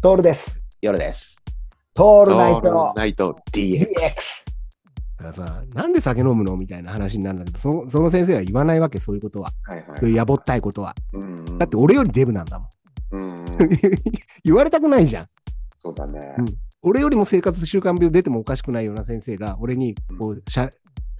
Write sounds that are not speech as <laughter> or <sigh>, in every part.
トールです。夜です。トオールナイトナイト DX。 DX。だからさ、なんで酒飲むのみたいな話になるんだけど、そのその先生は言わないわけ、そういうことは。はいはそういうやぼったいことは。うんうんだって、俺よりデブなんだもん。 <laughs> うんうん、言われたくないじゃん。そうだね。うん俺よりも生活習慣病出てもおかしくないような先生が、俺にこうしゃ、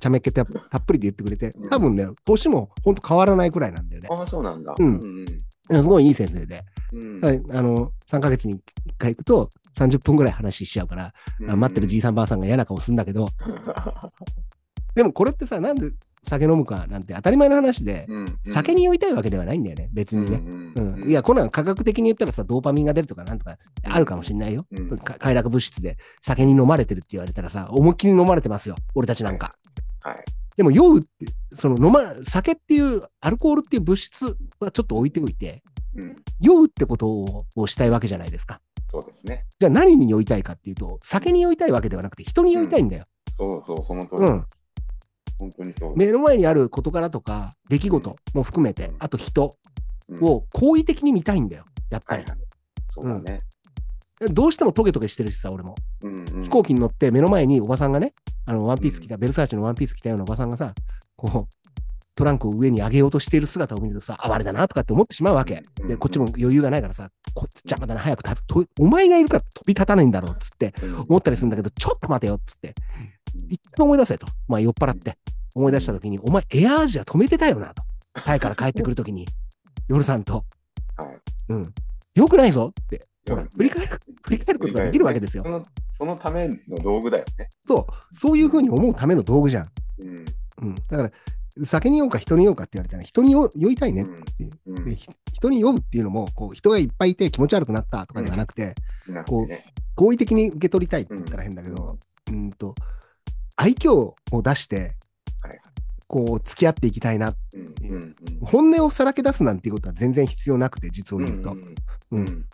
しゃめっけたたっぷりで言ってくれて、多分ね、年もほんと変わらないくらいなんだよね。ああ、そうなんだ。うんうんすごいいい先生で。うんはいあの、3ヶ月に1回行くと、30分ぐらい話しちゃうから、あ待ってるじいさんばあさんが嫌な顔するんだけど、でもこれってさ、なんで酒飲むかなんて当たり前の話で、酒に酔いたいわけではないんだよね、別にね。うんいや、、こんなの科学的に言ったらさ、ドーパミンが出るとかなんとかあるかもしんないよ。うんうんうんうんうんうんか快楽物質で酒に飲まれてるって言われたらさ、思いっきり飲まれてますよ、俺たちなんか。はい。でも酔うって、その飲ま、酒っていう、アルコールっていう物質はちょっと置いておいて、うん酔うってことををしたいわけじゃないですか。そうですね。じゃあ何に酔いたいかっていうと、酒に酔いたいわけではなくて、人に酔いたいんだよ。そうそう、その通りです。本当にそう。目の前にある事柄とか、出来事も含めてうん、あと人うんを好意的に見たいんだよ、やっぱはいり。はい。そうだね。どうしてもトゲトゲしてるしさ、俺も。飛飛行機に乗って目の前におばさんがね、あのワンピース着た、ベルサーチェのワンピース着たようなおばさんがさ、こう、トランクを上に上げようとしている姿を見るとさ、哀れだなとかって思ってしまうわけ。うんで、こっちも余裕がないからさ、こいつ邪魔だな、早くたと、お前がいるから飛び立たないんだろうっつって思ったりするんだけど、ちょっと待てよっつって、一回思い出せと、まあ酔っ払って、思い出したときに、お前エアアジア止めてたよなと、タイから帰ってくるとき <laughs> に、夜さんと、はいうん、よくないぞって、ほらうん、振り返る、振り返ることができるわけですよそ。のそのための道具だよね。そう、そういうふうに思うための道具じゃん。うんうん、だから、酒に酔うか人に酔うかって言われたら、人に酔酔いたいね。うんでひ人に酔うっていうのもこう、人がいっぱいいて気持ち悪くなったとかではなくて、うんなんかこうね合意的に受け取りたいって言ったら変だけど、うん、と愛嬌を出して、はいこう付き合っていきたいな。うんうんうん本音をさらけ出すなんていうことは全然必要なくて、実を言うと。んううんんうん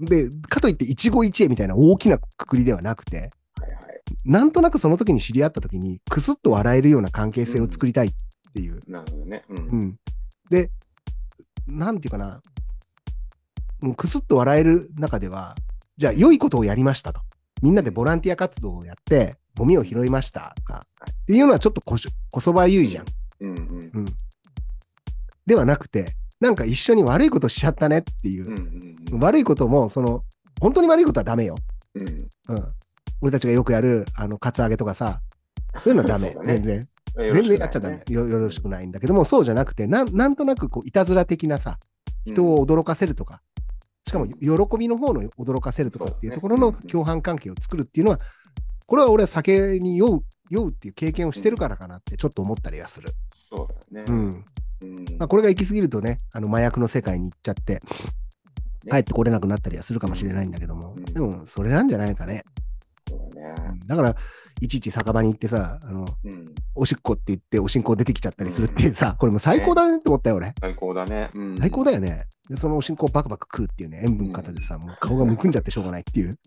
で、かといって一期一会みたいな大きなくくりではなくて、はいはい。なんとなくその時に知り合った時に、くすっと笑えるような関係性を作りたいっていう。なるほどね。うんうん、で、なんていうかな、うんくすっと笑える中では、じゃあ、良いことをやりましたと。みんなでボランティア活動をやって、ゴミを拾いましたとか、っていうのはちょっとこしこそばゆいじゃん。うんうんではなくて、なんか一緒に悪いことしちゃったねっていうう。ん悪いことも、その、本当に悪いことはダメよ。うんうんうん。俺たちがよくやる、あの、カツアゲとかさ、そういうのはダメ。 <laughs> そうだね全然。全全然やっちゃダメ。よよろしくないんだけども、そうじゃなくて、なんなんとなく、こう、いたずら的なさ、人を驚かせるとか、しかも喜びの方の驚かせるとかっていうところそうのですね共犯関係を作るっていうのは、これは俺は酒に酔う酔うっていう経験をしてるからかなってちょっと思ったりはする。そうだようね。んうんまあ、これが行き過ぎるとね、あの麻薬の世界に行っちゃって、ね帰ってこれなくなったりはするかもしれないんだけども、うんでもそれなんじゃないかね。そうだね。だから、いちいち酒場に行ってさ、あのうん。おしっこって言って、おしんこ出てきちゃったりするってさ、これもう最高だねって思ったよ、俺。最高だね。うん最高だよね。で、そのおしんこをバクバク食うっていうね、塩分型でさ、もう顔がむくんじゃってしょうがないっていう。